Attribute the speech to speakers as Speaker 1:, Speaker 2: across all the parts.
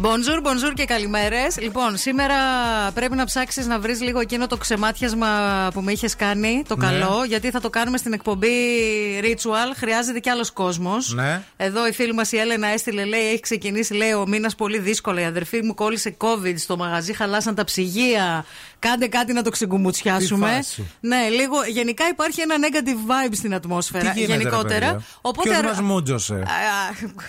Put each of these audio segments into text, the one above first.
Speaker 1: Bonjour, bonjour και καλημέρες. Λοιπόν, σήμερα πρέπει να ψάξεις να βρεις λίγο εκείνο το ξεμάτιασμα που με είχες κάνει, το
Speaker 2: Ναι.
Speaker 1: καλό, γιατί θα το κάνουμε στην εκπομπή Ritual. Χρειάζεται κι άλλος κόσμος.
Speaker 2: Ναι.
Speaker 1: Εδώ η φίλη μας η Έλενα έστειλε, λέει, έχει ξεκινήσει, λέει, ο μήνας πολύ δύσκολα. Η αδερφή μου κόλλησε COVID στο μαγαζί, χαλάσαν τα ψυγεία. Κάντε κάτι να το ξεκουμπουτσιάσουμε.
Speaker 2: Τι φάση.
Speaker 1: Ναι, λίγο. Γενικά υπάρχει ένα negative vibe στην ατμόσφαιρα
Speaker 2: Τι γίνεται, ρε
Speaker 1: γενικότερα.
Speaker 2: παιδιά? Ποιος μας μούτζωσε?
Speaker 1: Α,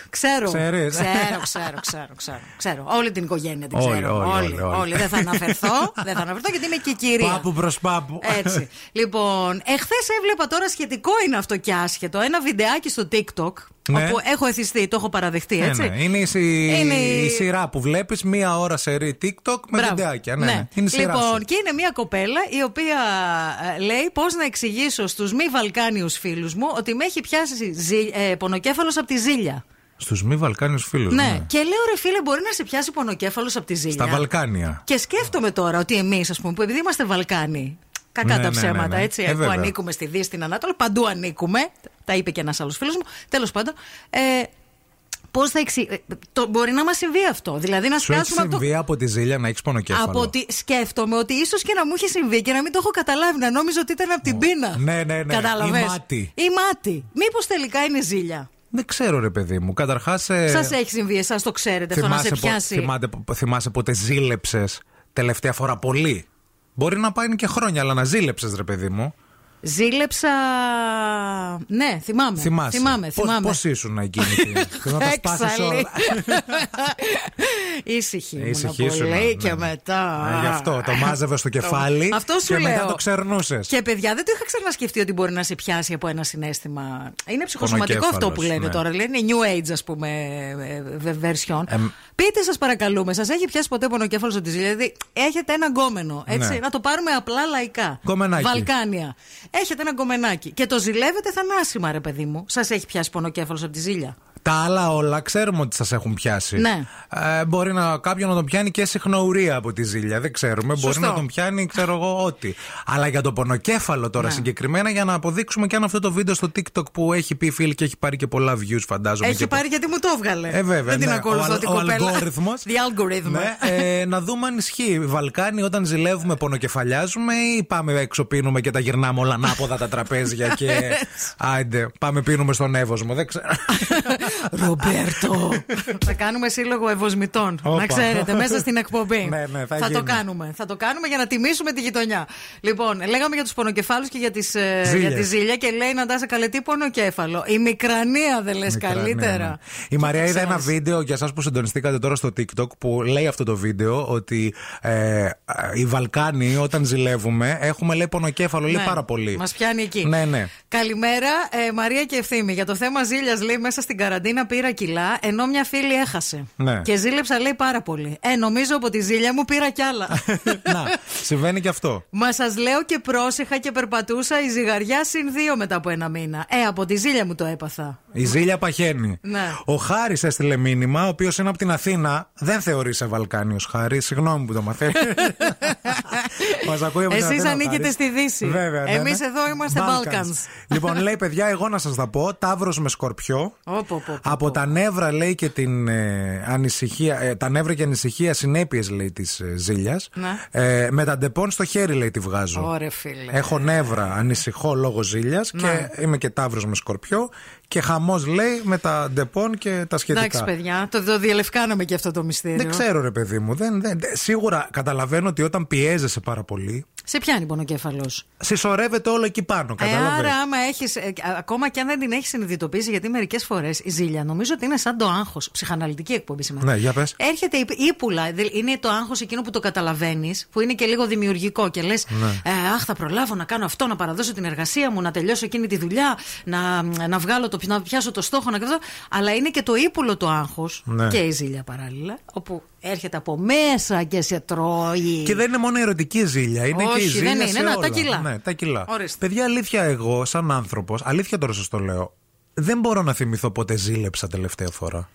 Speaker 1: ξέρω.
Speaker 2: Ε. Ξέρεις.
Speaker 1: Ξέρω, ξέρω, ξέρω, ξέρω, ξέρω. Όλη την οικογένεια την
Speaker 2: Όλοι,
Speaker 1: ξέρω.
Speaker 2: όλοι,
Speaker 1: Όλοι,
Speaker 2: όλοι,
Speaker 1: όλοι.
Speaker 2: όλοι.
Speaker 1: Δεν θα αναφερθώ. Δεν θα αναφερθώ γιατί είμαι και η κυρία.
Speaker 2: Πάπου προς πάπου.
Speaker 1: Έτσι. λοιπόν, εχθές έβλεπα τώρα σχετικό είναι αυτό και άσχετο. Ένα βιντεάκι στο TikTok.
Speaker 2: Ναι.
Speaker 1: Όπου έχω εθιστεί, το έχω παραδεχτεί,
Speaker 2: Ναι,
Speaker 1: έτσι.
Speaker 2: ναι. Είναι, η, συ-
Speaker 1: Είναι η-
Speaker 2: η σειρά που βλέπεις μία ώρα σε ρί TikTok με
Speaker 1: Μπράβο.
Speaker 2: βιντεάκια. Ναι, ναι. Είναι η σειρά
Speaker 1: λοιπόν,
Speaker 2: σου.
Speaker 1: και είναι μια κοπέλα η οποία ε, λέει πώς να εξηγήσω στους μη Βαλκάνιους φίλους μου ότι με έχει πιάσει ζη... ε, πονοκέφαλος από τη ζήλια.
Speaker 2: Στους μη Βαλκάνιους φίλους.
Speaker 1: Ναι. Και λέω ρε φίλε, μπορεί να σε πιάσει πονοκέφαλος από τη ζήλια.
Speaker 2: Στα Βαλκάνια.
Speaker 1: Και σκέφτομαι τώρα ότι εμείς, ας πούμε, που επειδή είμαστε Βαλκάνοι. Κακά
Speaker 2: Ναι,
Speaker 1: τα
Speaker 2: ναι,
Speaker 1: ψέματα,
Speaker 2: ναι, ναι.
Speaker 1: έτσι.
Speaker 2: Ε,
Speaker 1: που
Speaker 2: βέβαια.
Speaker 1: ανήκουμε στη Δύση, στην Ανάτολη, παντού ανήκουμε. Τα είπε και ένας άλλος φίλος μου. Τέλος πάντων. Ε, Πώς θα εξη... ε, το, μπορεί να μας συμβεί αυτό. Δηλαδή να
Speaker 2: Σου έχει
Speaker 1: σκάσουμε από το
Speaker 2: συμβεί από τη ζήλια να έχεις πονοκέφαλο.
Speaker 1: από ότι σκέφτομαι ότι ίσως και να μου είχε συμβεί και να μην το έχω καταλάβει, να νόμιζα ότι ήταν από την πείνα.
Speaker 2: Ναι, ναι, ναι.
Speaker 1: Κατάλαβες?
Speaker 2: Ή μάτι.
Speaker 1: Ή μάτι. Μήπως τελικά είναι ζήλια.
Speaker 2: Δεν ξέρω, ρε παιδί μου. Καταρχάς. Ε...
Speaker 1: Σας Σα έχει συμβεί, εσάς το ξέρετε αυτό να
Speaker 2: θυμάσαι
Speaker 1: σε
Speaker 2: πο-
Speaker 1: πιάσει.
Speaker 2: θυμάται πο- θυμάσαι πότε ζήλεψες τελευταία φορά πολύ. Μπορεί να πάει και χρόνια, αλλά να ζήλεψες, ρε παιδί μου.
Speaker 1: Ζήλεψα. Ναι, θυμάμαι.
Speaker 2: Θυμάσαι.
Speaker 1: Θυμάμαι, θυμάμαι.
Speaker 2: Πώς ήσουν εκείνη τη. Θες να τα σπάσεις
Speaker 1: Έξαλλη.
Speaker 2: όλα.
Speaker 1: Ήσυχη ήμουνα
Speaker 2: Ήσυχη ήσουν,
Speaker 1: πολύ
Speaker 2: ναι.
Speaker 1: και μετά.
Speaker 2: Ναι, γι' αυτό το μάζευες στο κεφάλι
Speaker 1: Αυτό σου
Speaker 2: και
Speaker 1: λέω.
Speaker 2: μετά το ξερνούσες.
Speaker 1: Και παιδιά, δεν το είχα ξανασκεφτεί ότι μπορεί να σε πιάσει από ένα συνέστημα. Είναι ψυχοσωματικό αυτό που λένε
Speaker 2: ναι.
Speaker 1: τώρα. Λένε new age, ας πούμε, ε, ε, version.
Speaker 2: Εμ.
Speaker 1: Πείτε, σας παρακαλούμε, σας έχει πιάσει ποτέ πονοκέφαλος από τη ζήλια. Δηλαδή, έχετε ένα γκόμενο. Έτσι,
Speaker 2: Ναι.
Speaker 1: Να το πάρουμε απλά λαϊκά.
Speaker 2: Γκομενάκι.
Speaker 1: Βαλκάνια. Έχετε ένα γκομενάκι. Και το ζηλεύετε θανάσιμα, ρε παιδί μου. Σας έχει πιάσει πονοκέφαλος από τη ζήλια.
Speaker 2: Τα άλλα όλα ξέρουμε ότι σας έχουν πιάσει.
Speaker 1: Ναι.
Speaker 2: Ε, μπορεί να, κάποιον να τον πιάνει και συχνορία από τη ζήλια. Δεν ξέρουμε.
Speaker 1: Σωστό.
Speaker 2: Μπορεί να τον πιάνει, ξέρω εγώ, ό,τι. Αλλά για το πονοκέφαλο τώρα
Speaker 1: Ναι.
Speaker 2: συγκεκριμένα, για να αποδείξουμε και αν αυτό το βίντεο στο TikTok που έχει πει η φίλη και έχει πάρει και πολλά views, φαντάζομαι.
Speaker 1: Έχει
Speaker 2: και
Speaker 1: πάρει γιατί μου το έβγαλε.
Speaker 2: Ε, βέβαια.
Speaker 1: Δεν την
Speaker 2: ναι. Ο
Speaker 1: ακολουθώ
Speaker 2: αλ-
Speaker 1: την
Speaker 2: ο
Speaker 1: κοπέλα.
Speaker 2: αλγόριθμος.
Speaker 1: The algorithm.
Speaker 2: Ναι, ε, να δούμε αν ισχύει. Βαλκάνοι, όταν ζηλεύουμε, πονοκεφαλιάζουμε ή πάμε έξω, πίνουμε και τα γυρνάμε όλα ανάποδα τα τραπέζια και. Άντε, πάμε πίνουμε στον Εύωσμο. Δεν ξέρω.
Speaker 1: Ρομπέρτο. θα κάνουμε σύλλογο ευοσμητών.
Speaker 2: Όπα.
Speaker 1: Να ξέρετε, μέσα στην εκπομπή.
Speaker 2: Ναι, ναι, θα
Speaker 1: το
Speaker 2: γίνει.
Speaker 1: κάνουμε. Θα το κάνουμε για να τιμήσουμε τη γειτονιά. Λοιπόν, λέγαμε για τους πονοκεφάλους και για, τις, ε,
Speaker 2: Ζήλιες.
Speaker 1: για τη ζήλια και λέει να τάσαι καλέ τι πονοκέφαλο. Η μικρανία δεν λες
Speaker 2: Μικρά, ναι, ναι.
Speaker 1: καλύτερα.
Speaker 2: Η Μαρία είδα
Speaker 1: ξέρεις.
Speaker 2: ένα βίντεο για εσάς που συντονιστήκατε τώρα στο TikTok που λέει αυτό το βίντεο ότι ε, ε, οι Βαλκάνοι όταν ζηλεύουμε έχουμε λέει πονοκέφαλο, λέει
Speaker 1: Ναι,
Speaker 2: πάρα πολύ.
Speaker 1: Μας πιάνει εκεί.
Speaker 2: Ναι, ναι.
Speaker 1: Καλημέρα, ε, Μαρία και Ευθύμη. Για το θέμα ζήλιας, λέει, μέσα στην καραντίνα πήρα κιλά, ενώ μια φίλη έχασε.
Speaker 2: Ναι.
Speaker 1: Και ζήλεψα, λέει, πάρα πολύ. Ε, νομίζω από τη ζήλια μου πήρα κι άλλα.
Speaker 2: Να, συμβαίνει και αυτό.
Speaker 1: Μα σας λέω και πρόσεχα και περπατούσα η ζυγαριά συν δύο μετά από ένα μήνα. Ε, από τη ζήλια μου το έπαθα.
Speaker 2: Η ζήλια παχαίνει.
Speaker 1: Ναι.
Speaker 2: Ο Χάρης έστειλε μήνυμα, ο οποίος είναι από την Αθήνα. Δεν θεωρείσαι Βαλκάνιος Χάρη. Συγγνώμη που το μαθαίνεις. Μας ακούει από την
Speaker 1: Εσείς
Speaker 2: Αθήνα ο
Speaker 1: ανήκετε
Speaker 2: Χάρης.
Speaker 1: στη Δύση.
Speaker 2: Βέβαια. ναι,
Speaker 1: Εμείς
Speaker 2: ναι.
Speaker 1: εδώ είμαστε Balkans.
Speaker 2: λοιπόν, λέει παιδιά, εγώ να σας τα πω. Ταύρος με σκορπιό.
Speaker 1: Ω, πω, πω, πω, πω.
Speaker 2: Από τα νεύρα, λέει, και την ε, ανησυχία. ε, τα νεύρα και ανησυχία συνέπειες, λέει, της ε, ζήλιας.
Speaker 1: Ναι.
Speaker 2: Ε, με τα ντεπών στο χέρι, λέει, τη βγάζω.
Speaker 1: Ωρε φίλε.
Speaker 2: Έχω νεύρα, ανησυχώ λόγω ζήλιας
Speaker 1: Ναι.
Speaker 2: και είμαι και ταύρος με σκορπιό. Και χαμός λέει με τα ντεπών και τα σχετικά.
Speaker 1: Εντάξει, παιδιά, το, το διελευκάναμε και αυτό το μυστήριο.
Speaker 2: Δεν ξέρω, ρε παιδί μου. Δεν, δεν, δεν- σίγουρα καταλαβαίνω ότι όταν πιέζεσαι πάρα πολύ,
Speaker 1: Σε πιάνει πονοκέφαλος.
Speaker 2: συσσωρεύεται όλο εκεί πάνω.
Speaker 1: Ε,
Speaker 2: Κατάλαβες.
Speaker 1: άρα, άμα έχεις, ε, α- ακόμα και αν δεν την έχεις συνειδητοποιήσει, γιατί μερικές φορές η ζήλια νομίζω ότι είναι σαν το άγχος. Ψυχαναλυτική εκπομπή σήμερα.
Speaker 2: Ναι, για πες.
Speaker 1: Έρχεται η ύπουλα, δε- είναι το άγχος εκείνο που το καταλαβαίνεις, που είναι και λίγο δημιουργικό και λες:
Speaker 2: Ναι.
Speaker 1: ε, Αχ, θα προλάβω να κάνω αυτό, να παραδώσω την εργασία μου, να τελειώσω εκείνη τη δουλειά, να, να, βγάλω το, να πιάσω το στόχο, να κάνω αυτό». Αλλά είναι και το ύπουλο το άγχος
Speaker 2: Ναι.
Speaker 1: και η ζήλια παράλληλα, όπου έρχεται από μέσα και σε τρώει.
Speaker 2: Και δεν είναι μόνο ερωτική ζήλια, είναι
Speaker 1: Όχι,
Speaker 2: και η
Speaker 1: δεν
Speaker 2: ζήλια.
Speaker 1: είναι,
Speaker 2: σε
Speaker 1: είναι, να,
Speaker 2: όλα.
Speaker 1: τα κιλά.
Speaker 2: Ναι, τα κιλά.
Speaker 1: Ορίστε.
Speaker 2: Παιδιά, αλήθεια, εγώ σαν άνθρωπος, αλήθεια τώρα σας το λέω, δεν μπορώ να θυμηθώ πότε ζήλεψα τελευταία φορά.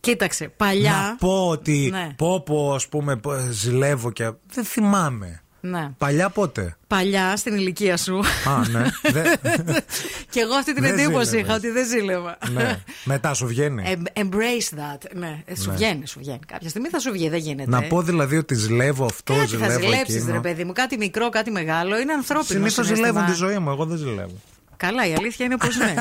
Speaker 1: Κοίταξε, παλιά.
Speaker 2: Να πω ότι
Speaker 1: Ναι.
Speaker 2: πω πω ας πούμε π- ζηλεύω και δεν θυμάμαι
Speaker 1: Ναι.
Speaker 2: Παλιά πότε.
Speaker 1: Παλιά στην ηλικία σου.
Speaker 2: Α, ναι. Δε-
Speaker 1: και εγώ αυτή την
Speaker 2: Δεν
Speaker 1: εντύπωση
Speaker 2: ζήλευες.
Speaker 1: είχα ότι δεν ζήλευα.
Speaker 2: ναι. Μετά σου βγαίνει.
Speaker 1: Em- Embrace that. Ναι. Ε, Σου βγαίνει, σου βγαίνει. Κάποια στιγμή θα σου βγει, δεν γίνεται.
Speaker 2: Να πω δηλαδή ότι ζηλεύω αυτό,
Speaker 1: ε. Κάτι θα
Speaker 2: ζηλεύω
Speaker 1: ζηλέψεις,
Speaker 2: εκείνο.
Speaker 1: ρε παιδί μου. Κάτι μικρό, κάτι μεγάλο. Είναι ανθρώπινο.
Speaker 2: Συνήθως
Speaker 1: συνέστημα.
Speaker 2: ζηλεύουν τη ζωή μου, εγώ δεν ζηλεύω.
Speaker 1: Καλά, η αλήθεια είναι πως ναι.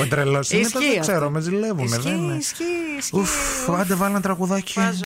Speaker 2: Ο τρελός είναι,
Speaker 1: Ισχύει
Speaker 2: δεν
Speaker 1: αυτό.
Speaker 2: ξέρω, με ζηλεύουν.
Speaker 1: Ισχύει,
Speaker 2: δεν είναι.
Speaker 1: ισχύει, ισχύει.
Speaker 2: Ουφ, άντε βάλει ένα τραγουδάκι.
Speaker 1: Βάζω.